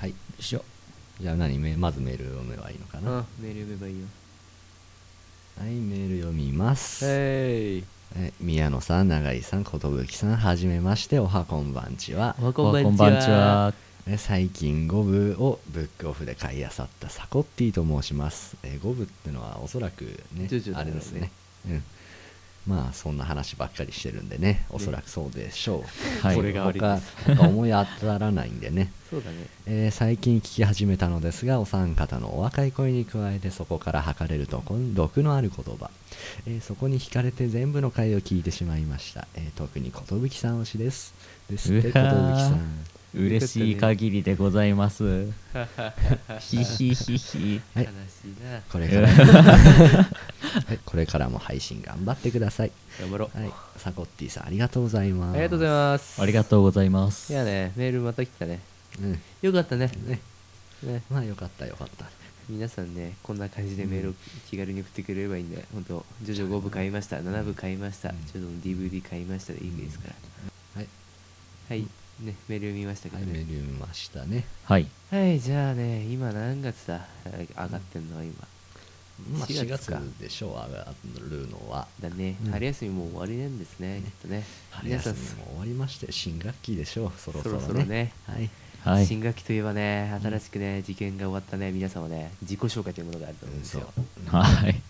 はいよいしょじゃあ何めまずメール読めばいいのかな、あメール読めばいいよはいメール読みます、はいえ宮野さん永井さん寿さんはじめましておはこんばんちはおはこんばんちはこんばんちはえ最近五部をブックオフで買い漁ったサコッティと申しますえ五部ってのはおそらくねジョジョだあろうねれですねうんまあそんな話ばっかりしてるんでねおそらくそうでしょ う、はいここれれがが悪い他です他思い当たらないんでねそうだねえー最近聞き始めたのですがお三方のお若い声に加えてそこから測れるとこん毒のある言葉、えーそこに惹かれて全部の回を聞いてしまいました、えー特に寿さん推しですですって寿うわさーん嬉しい限りでございます。ひひひひ。は悲いしいなこれから、 はい、これからも配信頑張ってください、頑張ろう、はい、サコッティさんありがとうございますありがとうございますありがとうございます。いやねメールまた来たねす、うんよかったねね、ねまあよかったよかった皆さんねこんな感じでメールを気軽に送ってくれればいいんで本当ジョジョ5部買いました7部買いました、うんジョジョの DVD 買いましたでいいですから、はい、はいねメール見ましたけはどい、メーねル読みましたねはい。はい、じゃあね今何月だあ上がってんのは今まあ4月4月かでしょう上がるのはだね、うん春休みもう終わりなんですねきっとね春皆休さんみも終わりまして新学期でしょうそろそろねそろそろねはいはい。新学期といえばね新しくね受験が終わったね皆さんはね自己紹介というものがあると思うんですそうよ、はい。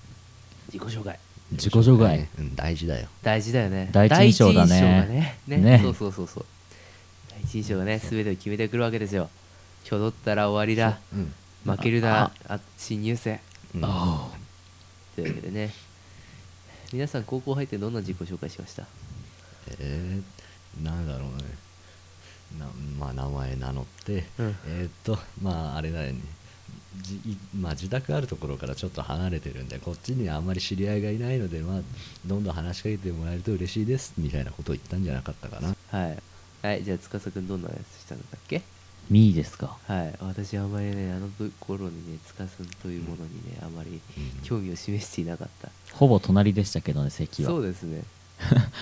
自己紹介自己紹介。うん大事だよ大事だよね第一印象だね第一印象がねねねそうそうそうそう第一印象がね全てを決めてくるわけですよきょどったら終わりだうん負けるだあ新入生うんああ。というわけでね皆さん高校入ってどんな自己紹介しましたえー、なんだろうねなまあ名前名乗って、うんえーっとまああれだよねじいまあ、自宅あるところからちょっと離れてるんでこっちにあんまり知り合いがいないので、まあ、どんどん話しかけてもらえると嬉しいですみたいなことを言ったんじゃなかったかなはいはいじゃあ司くんどんなやつしたんだっけみーですか。はい私はあまりねあの頃にね司くんというものにねあまりうん興味を示していなかったほぼ隣でしたけどね、席は。そうですね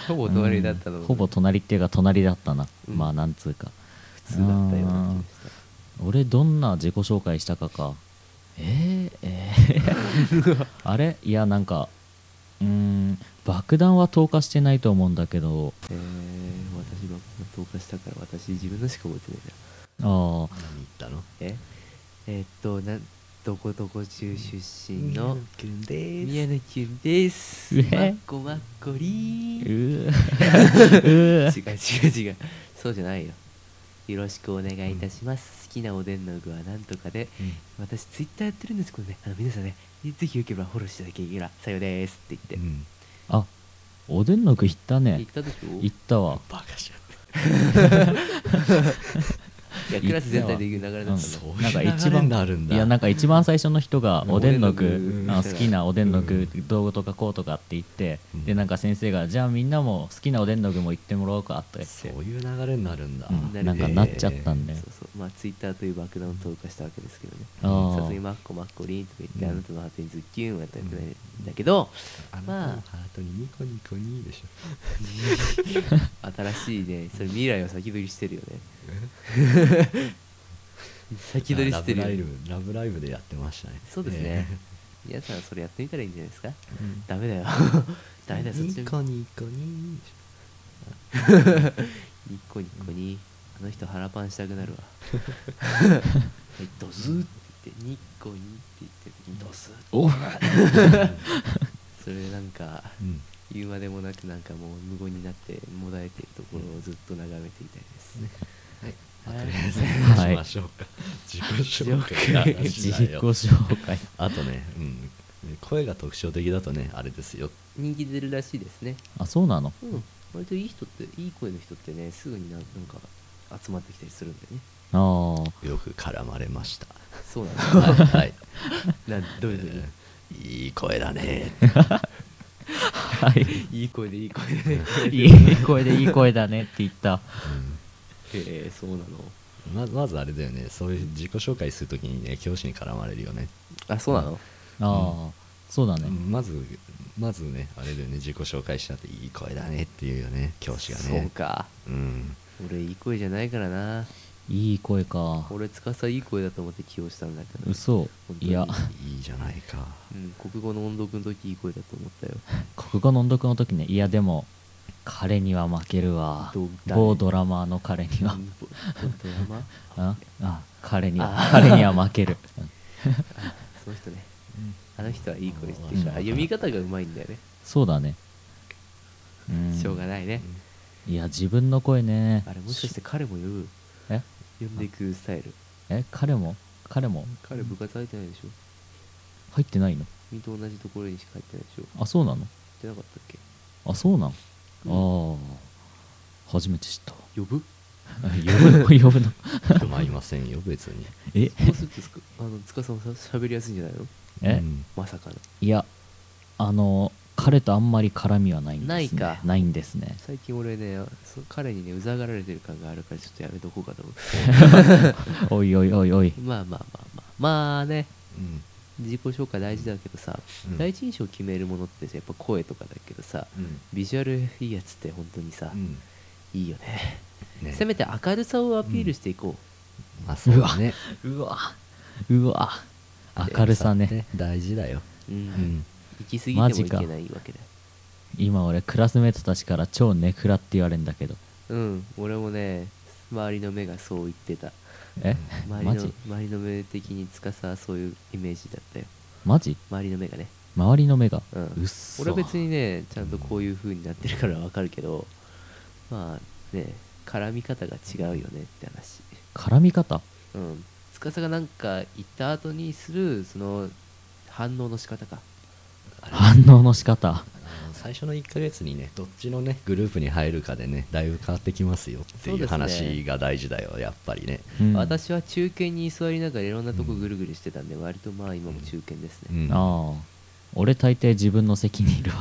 ほぼ隣だったのうんもほぼ隣っていうか隣だったな。うんまあ、なんつうか。普通だったような気がした俺どんな自己紹介したかかえー、え ーあれいやなんかうーん爆弾は投下してないと思うんだけどえー、私が投下したから私自分のしか覚えてないなあ何あ言ったのええーっとなんどこどこ中出身のくんです宮野きゅんですうまえっこまっこうりーーう 違ーう違う違うそうじゃないよよろしくお願いいたします、好きなおでんの具はなんとかで私ツイッターやってるんですけどねあの皆さんねぜひよければフォローしていただければさようですってう言って、ん、あおでんの具いった言ねったでしょいったわバカじゃんいやクラス全体で言う流れだったんだそうなんかいう流一れ番になるんだいやなんか一番最初の人がうんおでんのおでんの具具あの好きなおでんの具うどうとかこうとかって言ってうんでなんか先生がじゃあみんなも好きなおでんの具も言ってもらおうかとか言ってそういう流れになるんだ、うんなるなんかなっちゃったんだよそうそうまあツイッターという爆弾を投下したわけですけどねあーさすがにマッコマッコリーンとか言って、うんあなたのハートにズッキューンはやったくないんだけど、あまあなたのハートにニコニコニーでし新しいねそれ未来を先取りしてるよね先ょ取りしてるラブラよイねブラブライブでやってましたねそうですね、皆さんそれやってみたらいいんじゃないですかえーうんダメだよダメだよそっちニコのニコニーでしニッコニッコにあの人腹パンしたくなるわはいドズーってニッコニって言ってる時にドスーっておそれでなんかょうん 言うまでもなくなんかもう無言になってもだえてるところをずっと眺めていたいです、はいまあはといりあえず話しましょうか、自己紹介の自話己だよ紹介あとね、うん、声が特徴的だとねあれですよ人気出るらしいですね あそうなのうん割といい人っていい声の人ってねすぐにななんか集まってきたりするんだよねああよく絡まれま したそうなはい、 はいのなどういうのにいい声だねはいいい声でいい声で いい声でいい声だねって言ったへえそうなのままずあれだよねそういう自己紹介するときにね教師に絡まれるよねあそうなのああそうだねうんまずまずねあれだよね自己紹介しなっていい声だねっていうよね教師がねそうかうん俺いい声じゃないからないい声か俺司いい声だと思って起用したんだけど、嘘本当にいやいいじゃない かうん、国語の音読の時いい声だと思ったよ国語の音読の時ねいやでも彼には負けるわどう誰某ドラマーの彼にはうんぼドラマああ彼にあは彼には負けるうんその人ねあの人はいい声してるうんあ読み方がうまいんだよね、そうだねうんしょうがないね、いや自分の声ねあれもしかして彼も呼ぶえ呼んでいくスタイルえ彼も彼も彼部活入ってないでしょ入ってないの君と同じところにしか入ってないでしょあそうなのじゃなかったっけあそうなん、ああ初めて知った わ呼ぶ呼ぶの呼 ぶのうんまあいませんよ別にえそうするとつかあの司もさ喋りやすいんじゃないのえ、うんまさかのいやあの彼とあんまり絡みはないんですねないかないんですね最近俺ねそ彼にねうざがられてる感があるからちょっとやめとこうかと思おいおいおいおいうまあまあまあまあまあねうん自己紹介大事だけどさ、うん第一印象を決めるものってさやっぱ声とかだけどさうんビジュアルいいやつって本当にさ、うんいいよねねせめて明るさをアピールしていこまあそうだねうわうわ明るさね大事だよう、うんうん行き過ぎてもいけないわけだよ今俺クラスメートたちから超ネクラって言われんだけどうん俺もね周りの目がそう言ってたえ周りのマジ周りの目的に司はそういうイメージだったよマジ周りの目がね、周りの目が、うん、うっそ俺は別にねちゃんとこういう風になってるからわかるけどまあね絡み方が違うよねって話絡み方うん司がなんか言った後にするその反応の仕方か反応の仕方あの最初の1ヶ月にねどっちのねグループに入るかでねだいぶ変わってきますよってそういでうすね話が大事だよやっぱりねうん私は中堅に座りながらいろんなとこぐるぐるしてたんで、割とまあ今も中堅ですうね、んああ俺大抵自分の席にいる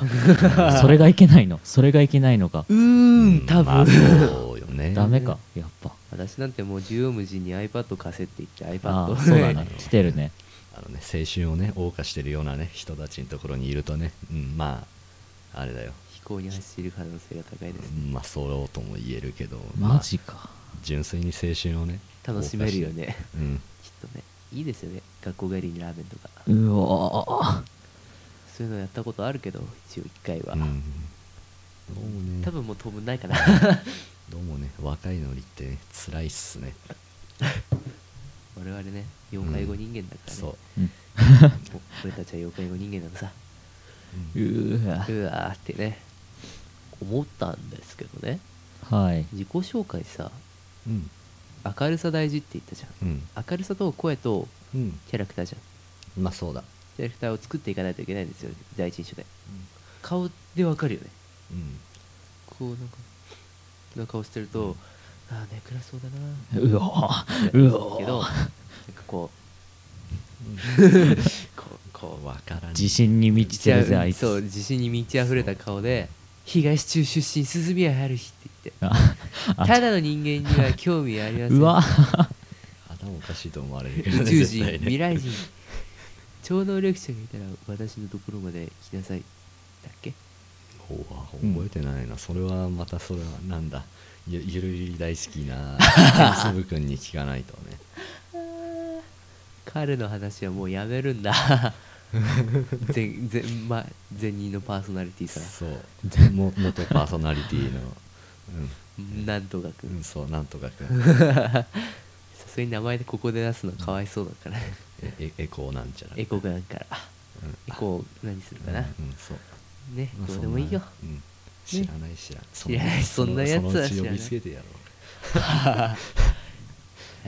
わ それがいけないのそれがいけないのかうーん多まあ分、 そうよねダメかやっぱ私なんてもう縦横無尽に iPad 貸せって言ってあ iPad あをそうだね来てるねあのね青春をね謳歌してるようなね人たちのところにいるとね、うん、まああれだよ 飛行に走る可能性が高いですね、うんまあそうとも言えるけどマジかまあ純粋に青春をね楽しめるよね謳歌してうんきっとねいいですよね学校帰りにラーメンとかうわそういうのやったことあるけど一応一回は、うんどうもね多分もう当分ないかなどうもね若いのりって、ね、辛いっすね我々ね妖怪語人間だからね、そう、うんお俺たちは妖怪語人間なのさううんーうわわーってね思ったんですけどねはい自己紹介さうん明るさ大事って言ったじゃ、うんん明るさと声とうんキャラクターじゃんまあそうだキャラクターを作っていかないといけないんですよ第一印象で顔でわかるよねうんこうなんかの顔してるとああね暗そうだなうっわてうけどなんわかこうこうこうわからん自信に満ちてるぜあいそうつ自信に満ち溢れた顔で東中出身鈴宮春日って言ってああただの人間には興味ありませんうわ 頭おかしいと思われるけど宇ね宙絶人、対ね未来人 超能力者がいたら私のところまで来なさいだっけほうあ覚えてないな、それはまたそれはなんだゆゆるり大好き なスブ君に聞かないとね彼の話はもうやめるんだ全全、ま、前任のパーソナリティさそうも元パーソナリティのなんとかくうん、うん ん、そうなんとか君さすがに名前でここで出すのかわいそうだからええエコーなんちゃらエコーなんからエコー何するうかんなうんそうねまあどそんうなでもいいようん知らない知らん知らないそんなやつはそのうち知ら呼ないびつけてやろは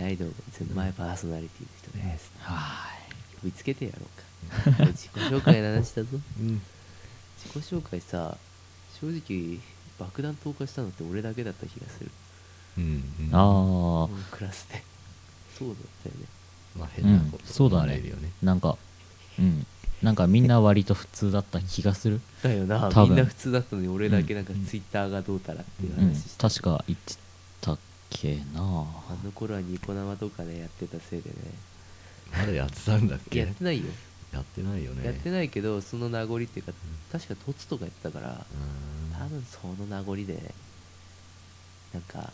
いどうも全前パーソナリティの人ですは呼びつけてやろうか自己紹介の話だぞううん自己紹介さ正直爆弾投下したのって俺だけだった気がするうんうんいあうんクラスでそうだったよねまああう変なこんとそうだ思われねるよねなんかうんなんかみんな割と普通だった気がするだよな多み分んな普通だったのに俺だけなんかツイッターがどうたらっていううん話して、確か言ってたっけあなの頃はニコ生とかねやってたせいでねまだやってたんだっけやってないよ、やってないよねやってうないけどその名残っていうか確かトツとかやってたからーん多分その名残でなんか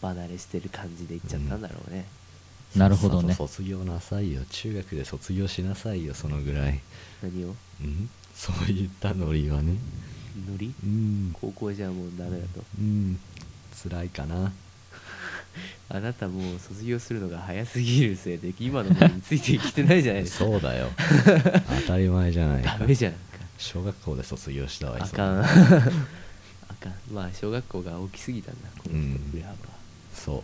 離れしてる感じで行っちゃったんだろうね、なるほどねさっさと卒業なさいよ中学で卒業しなさいよそのぐらい、何をうん、 そういったノリはねノリうん高校じゃもうダメだとうん辛いかなあなたもう卒業するのが早すぎるせいで今のものについてきてないじゃないですかそう だよ当たり前じゃないかダメじゃんか小学校で卒業したわいあそかんなあかんまあ小学校が大きすぎたんだこのうん人やばそう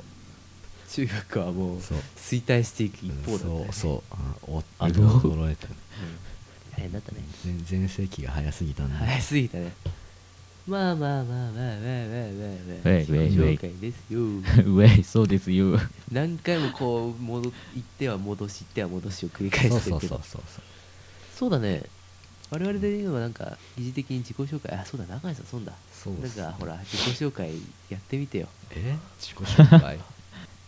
中学校はもうそう衰退していく一方だったよそねうそうあおあの驚いたうん大変だったね全全盛期が早すぎたんだ早すぎたねまあまあまあまあまあまあまあまあウェイウェイウェイ紹介ですよ ウェイそうですよ何回もこう戻っ行っては戻し行っては戻しを繰り返そうしてそるうけそうどそうそうだね我々で言うのはなんか疑似的に自己紹介あそうだ中井さんそうだそうっなんすねかほら自己紹介やってみてよえ自己紹 介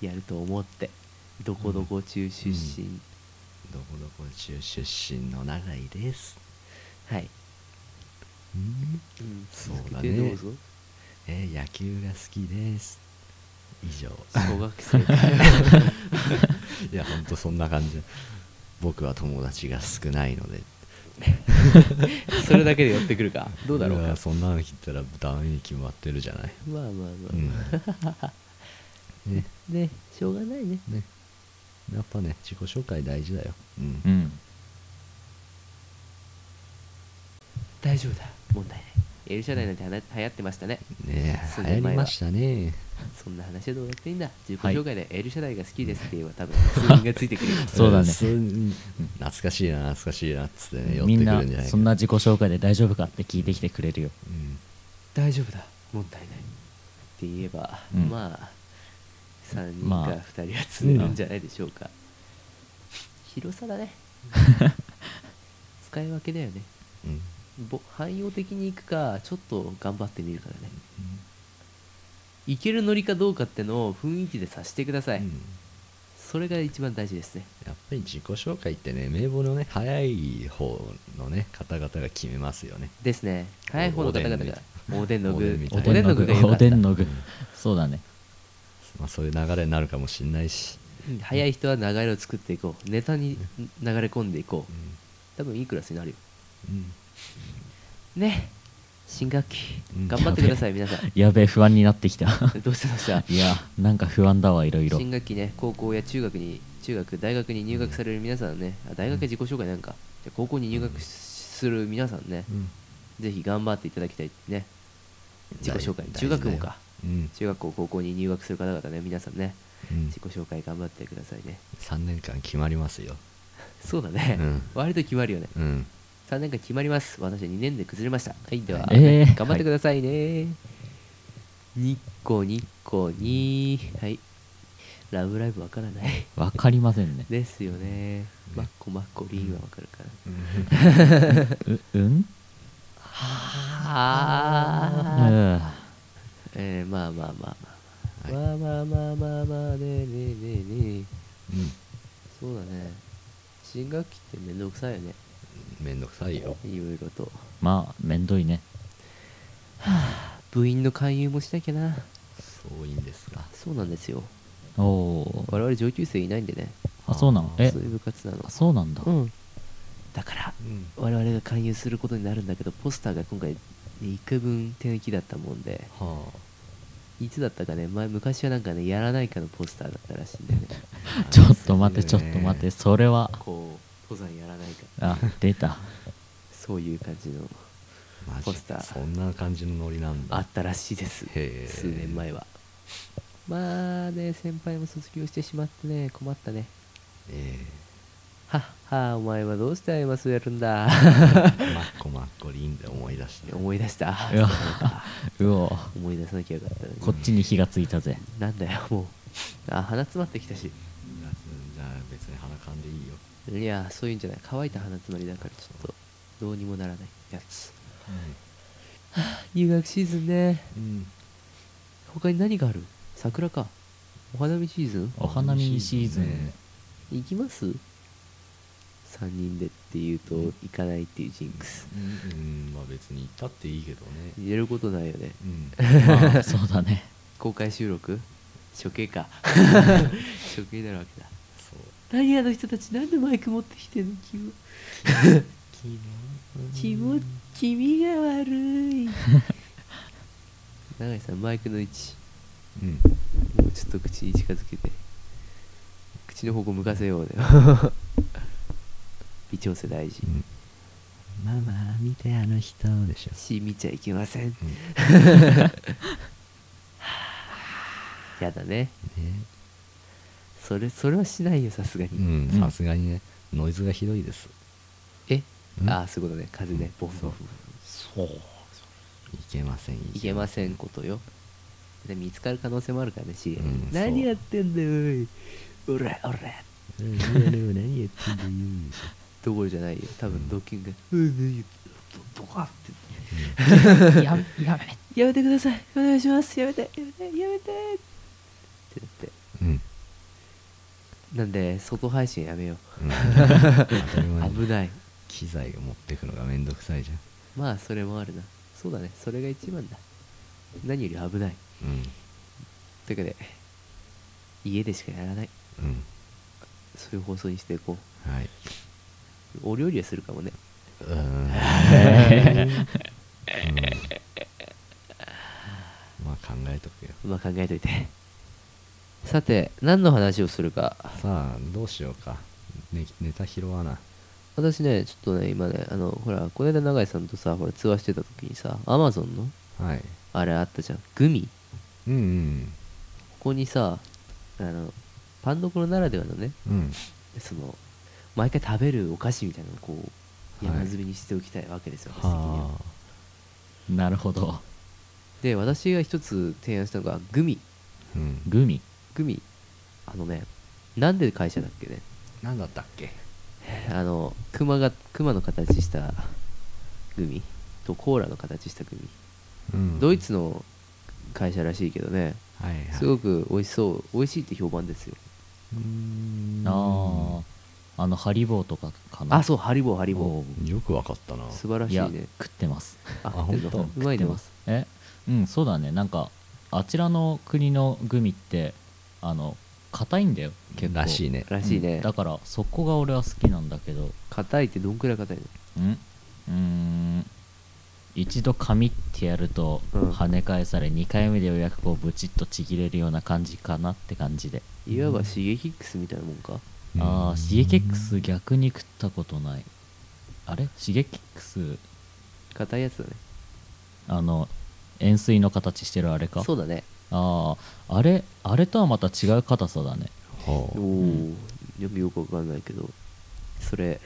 やると思ってどこどこ中出身、うどこどこ中出身の永井ですはい、うんうんそうだね続けてどうぞえー野球が好きです以上小学生か いやほんとそんな感じ僕は友達が少ないのでそれだけで寄ってくるかどうだろういかやそんなの聞いたらダメに決まってるじゃないまあまあまあ、うんね ねしょうがないねねやっぱね自己紹介大事だようんうん大丈夫だ問題ない L 社内なんてはな流行ってましたねね数え流年前は行りましたねそんな話はどうやっていいんだ自己はい紹介で L 社内が好きですって言え ば多分数人がついてくるそうだねん懐かしいな懐かしいなっつってね寄ってみくんるなんじゃないそんな自己紹介で大丈夫かって聞いてきてくれるようん大丈夫だ問題ないって言えば、うんまあ3人まかあ2人は釣れるんじゃないでしょうか、広さだ ね使い分けだよねうんぼ汎用的に行くかちょっと頑張ってみるからねいけるノリかどうかってのを雰囲気で察してください、うんそれが一番大事ですねやっぱり自己紹介ってね名簿のね早い方のね方々が決めますよねですね早い方の方々がおでんの具おおででんんのの具具が良おかったでんの具そうだねまあ、そういう流れになるかもしんないし、うん早い人は流れを作っていこうネタに流れ込んでいこう多分いいクラスになるようんね新学期うん頑張ってください皆さんやべえ不安になってきた どうしたどうしたいやなんか不安だわいろい ろ新学期ね高校や中学に中学大学に入学される皆さんねあ大学は自己紹介なんかじゃあ高校に入学しする皆さんねうんぜひ頑張っていただきたいね自己紹介大中学も大事だよかうん、中学校高校に入学する方々ね皆さんねうん自己、紹介頑張ってくださいね3年間決まりますよそうだね、うん割と決まるよねうん3年間決まります私は2年で崩れましたはいでは、えー頑張ってくださいね、にっこにっこにはいラブライブわからないわかりませんねですよねまっこまっこりんはわかるかなううんうはあんえー、まあまあまはいあまあまあまあまあまあまあねえねえねえねえうんそうだね新学期ってめんどくさいよねめんどくさいよいろいろとまあめんどいね部員の勧誘もしなきゃなそういいんですがそうなんですよおお我々上級生いないんでねあそうなのえそういう部活なのあそうなんだうんだからうん我々が勧誘することになるんだけどポスターが今回1回分手抜きだったもんではいつだったかね前昔はなんかねやらないかのポスターだったらしいんだよね あちょっと待ってちょっと待っねてそれはこう登山やらないかあ出たそういう感じのマジポスターそんな感じのノリなんだあったらしいですへえ数年前はまあね先輩も卒業してしまってね困ったねえはっはお前はどうして今すやるん だえマッコマッコリンで思い出した思い出したうわそうかうお思い出さなきゃよかったのにこっちに火がつい たぜなんだよもうあ鼻詰まってきたしじゃあ別に鼻かんでいいよいやそういうんじゃない乾いた鼻詰まりだからちょっとどうにもならないやつ入学シーズンねうん他に何がある桜かお花見シーズンお花見シーズン行きます ?3 人でっていうと行かないっていうジンクスうん、うん、まあ別に行ったっていいけどね言えることないよねうんまあそうだね公開収録処刑 か処刑になるわけだそうライアーの人たちなんでマイク持ってきてんの君気持ち君が悪い 永井さんマイクの位置うんもうちょっと口に近づけて口の方向向かせようね 微調整大事、うんママ見てあの人でしょし見ちゃいけませんやだねねそれそれはしないよさすがに、うんうんさすがにねノイズがひどいですえ、うんああそういうことね風ねボフボフそういけませんいけませんことよで見つかる可能性もあるからね CM、うん何やってんだよおいおらおらせん何やってんだよどころじゃないよ多分ドッキングが「うんうんどどか」ってややめやめてくださいお願いしますやめてやめてやめてってなってうんなんで外配信やめよ うん当たりう前に危ない機材を持ってくのがめんどくさいじゃんまあそれもあるなそうだねそれが一番だ何より危ないというわけで家でしかやらないうんうんそういう放送にしていこうはいうお料理はするかもねーんうんまあ考えとくよまあ考えといてさて何の話をするかさあどうしようか、ね、ネタ拾わな私ねちょっとね今ねあのほらこの間永井さんとさほら通話してた時にさアマゾンのはいあれあったじゃんグミうんうんここにさあのパンどころならではのねうんその毎回食べるお菓子みたいなのをこうはい山積みにしておきたいわけですよ、私的にははなるほどで私が一つ提案したのがグミあうんグミグミあのねなんで会社だっけね何だったっけあの熊が熊の形したグミとコーラの形したグミ、うんドイツの会社らしいけどねはいはいすごく美味しそう美味しいって評判ですようーんあああのハリボーとかかなあそうハリボーハリボよくわかったなー素晴らいしいやね食ってますああ合ってんの本うまい食ってのますえうんそうだねなんかあちらの国のグミってあの硬いんだよ結構らしいねらしいうんねだからそこが俺は好きなんだけど硬いってどんくらい硬いのうんうーん一度噛みってやるとうん跳ね返され、2回目でようやくこうブチッとちぎれるような感じかなって感じで、いわばシゲキックスみたいなもんかああシゲキックス逆に食ったことないあれシゲキックス硬いやつだねあの円錐の形してるあれかそうだねあああれあれとはまた違う硬さだねほおうおよくよくわかんないけどそれ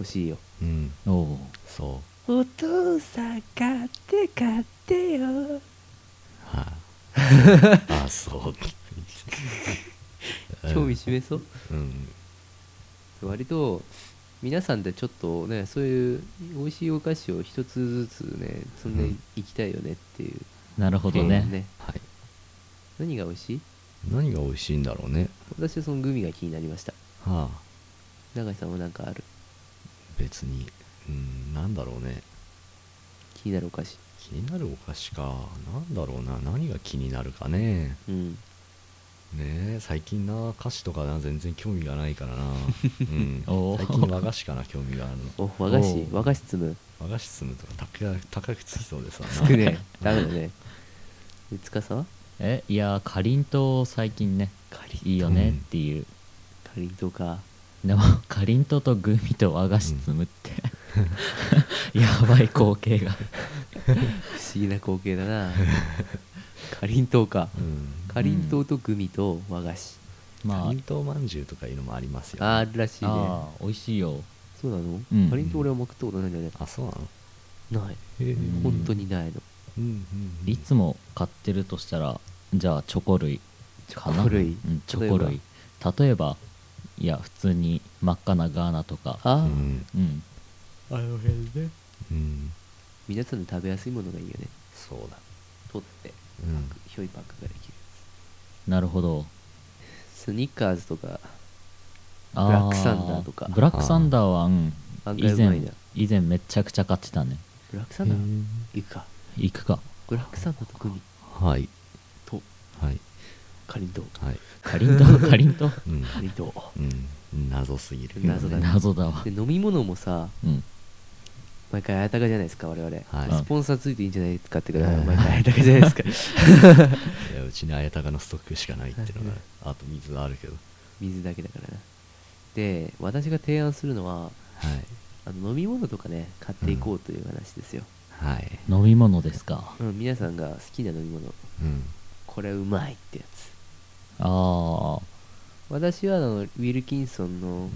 欲しいようんおおそうお父さん買って買ってよはいああそう興味示そううん割と皆さんでちょっとねそういう美味しいお菓子を一つずつねそんでいきたいよねっていう、なるほど提ね案ねはい何が美味しい何が美味しいんだろうね私はそのグミが気になりましたはあ永井さんは何かある別にうんなんだろうね気になるお菓子気になるお菓子かなんだろうな何が気になるかねうんねえ最近な菓子とかな全然興味がないからな、うん、おー最近和菓子かな興味があるのお和菓お子う和菓子積む和菓子積むとか高い高くつきそうでさつく ねダメだねで司はえいやーかりんとう最近ねかりんとういいよねっていう、かりんとうかでも かりんとうとグミと和菓子積 むって、やばい光景が不思議な光景だ なかりんとうかうんかりんとうとグミと和菓子まかりんとうまんじゅうとかいうのもありますよ、ああるらしいあねあー美味しいよそうなの、うんかりんとう俺はもう食ったことないんだよねあそうなのないへえうん本当にないのうんうんうんいつも買ってるとしたらじゃあチョコ類かなチョコ類うん、チョコ類例えばいや普通に真っ赤なガーナとかああ、うんうんあの辺ねうん皆さんで食べやすいものがいいよねそうだ取ってうんひょいパックができるなるほどスニッカーズとかあーブラックサンダーとかブラックサンダーはうん案以外うまい前な以前めちゃくちゃ買ってたねブラックサンダーへ行くか行くかブラックサンダーとグミえはいとはいかかりんとうはい、かりんと うかりんとううんかりん とうん、謎すぎる、謎だね謎だわうで飲み物もさうん毎回あやたかじゃないですか我々、はいスポンサーついていいんじゃないかってぐらいうん毎回あやたかじゃないですかいやうちに綾鷹のストックしかないっていうのがあと水はあるけど 水だけだからなで私が提案するのははいあの飲み物とかね買っていこうという話ですよ、はい飲み物ですかうん皆さんが好きな飲み物うんこれうまいってやつああ私はあのウィルキンソンの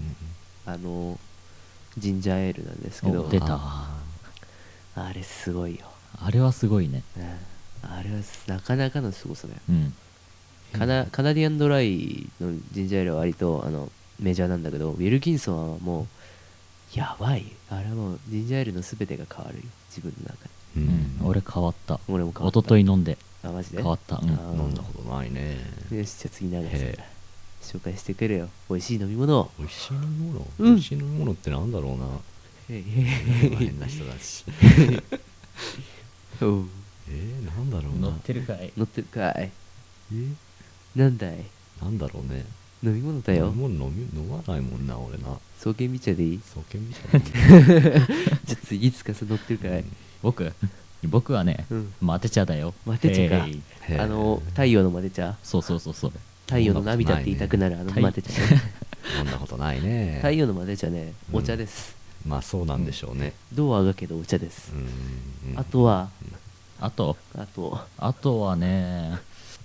あのジンジャーエールなんですけどお出たああれすごいよ、あれはすごいねうんあれはなかなかの凄さだようんカナカナディアンドライのジンジャーエールは割とあのメジャーなんだけどウィルキンソンはもうやばいあれはもうジンジャーエールの全てが変わるよ自分の中でーううんん、俺変わった俺も変わっ一た昨日飲んであマジで変わったうんあー飲んだことないねよしじゃあ次長井さんへが紹介してくれよ美味しい飲み物を美味しい飲み物、うん美味しい飲み物ってなんだろうな 変な人だしおうえー、なんだろうなるかい乗ってるかいえーなんだいなんだろうね飲み物だよ飲み物飲み飲まないもんな俺な創建ビ茶 でいいそうけんみたいなじゃあ次いつかさ乗ってるかい僕僕はねうんマテ茶だよマテ茶かへいへーあの太陽のマテ茶そうそうそうそう太陽の涙って言いたくなるあのマテ茶ね飲んだことないね 太陽のマテ茶ねうんお茶ですまあそうなんでしょうねどうあがけどお茶ですうんあとはあとあと あとはね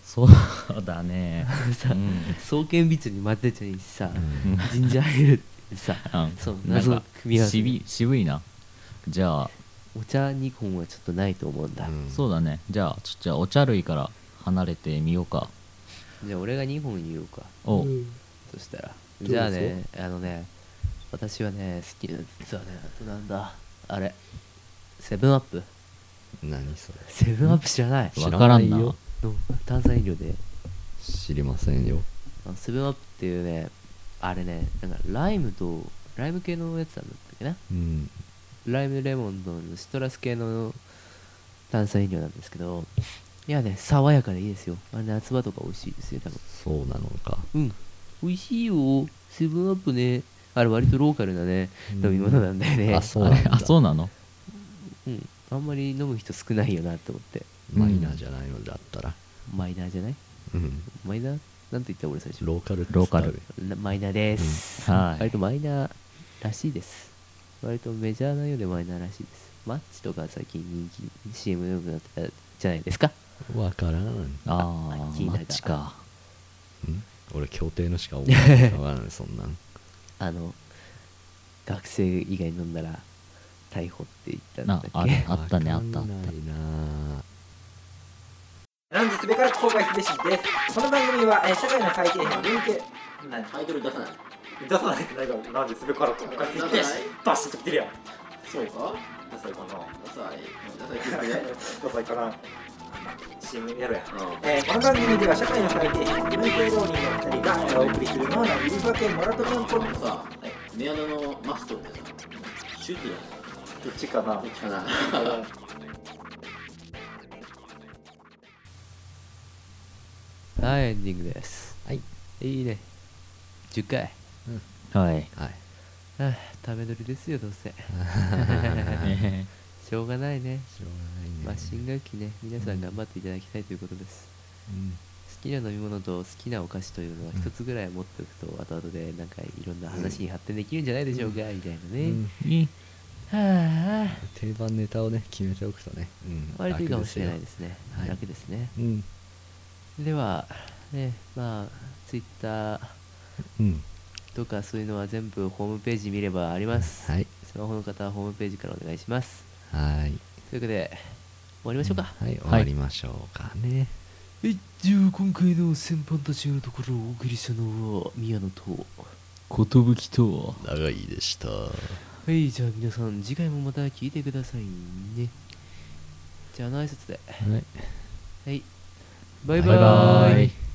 そうだねさうん創建ビ茶にマテ茶にさうんジンジャーエールってさうんそうなん謎のか組み合わせ渋い渋いなじゃあお茶2本はちょっとないと思うんだうんそうだねじゃあちょっとじゃあお茶類から離れてみようかじゃあ俺が2本言おうかおうそしたらどうぞじゃあねあのね私はね好きな実はねあとなんだあれセブンアップ何それ セブンアップ知らない知らわないよからんなの炭酸飲料で知りませんよあのセブンアップっていうねあれねなんかライムとライム系のやつなんだっけなうんライムレモンのシトラス系の炭酸飲料なんですけどいやね爽やかでいいですよあれ夏場とか美味しいですよ多分そうなのかうん美味しいよセブンアップねあれ割とローカルなねうん飲み物なんだよねあそうあなんだれあそうなのうん、あんまり飲む人少ないよなって思ってマイナーじゃないのだったらマイナーじゃないうんマイナーなんて言った俺最初ローカルってローカル伝わなマイナーです、うんはい割とマイナーらしいです割とメジャーなようでマイナーらしいですマッチとか最近人気 CM よくなってたじゃないですかるわからんうんあああ聞いたマッチか俺協定のしか思い浮かばないそんなんあの学生以外飲んだら逮捕って言ったんだっけなあれあったねあったあわっかんたないななんですべからく公開すべしです。この番組は、えー社会の最低限連携。何タイトル出さない出さないってないから、なんですべからく公開すべしです。バシッと来てるやん。そうかダサいかな。ダサいダサい気分でダサいかな。CM やるやん。うえーこの番組では社会の最低限連携浪人の二人がえーお送りするのは、ゆるばけモラトコンポンんさあメアドのマストってさシュートじゃないどっちかなどっちかな はいエンディングですはいいいね10回はいはいああ食べ取りですよど うせえしょうがないねしょうがないねマシン楽器ね皆さん頑張っていただきたいということです、うん好きな飲み物と好きなお菓子というのは一つぐらい持っておくと後々でなんかいろんな話に発展できるんじゃないでしょうか、みたいなね、うんーいいはあ定番ネタをね決めておくとね、うん、割といいかもしれない楽ですすねはい楽ですね、ようんではねまあツイッターうんとかそういうのは全部ホームページ見ればあります、はいスマホの方はホームページからお願いしますはいということで終わりましょうか、はい終わりましょうかねはい、じゃあ今回の先輩たちのところをお送りしたのは宮野と寿と長いでしたはいじゃあ皆さん次回もまた聞いてくださいねじゃああの挨拶ではいバイババイバーーイイ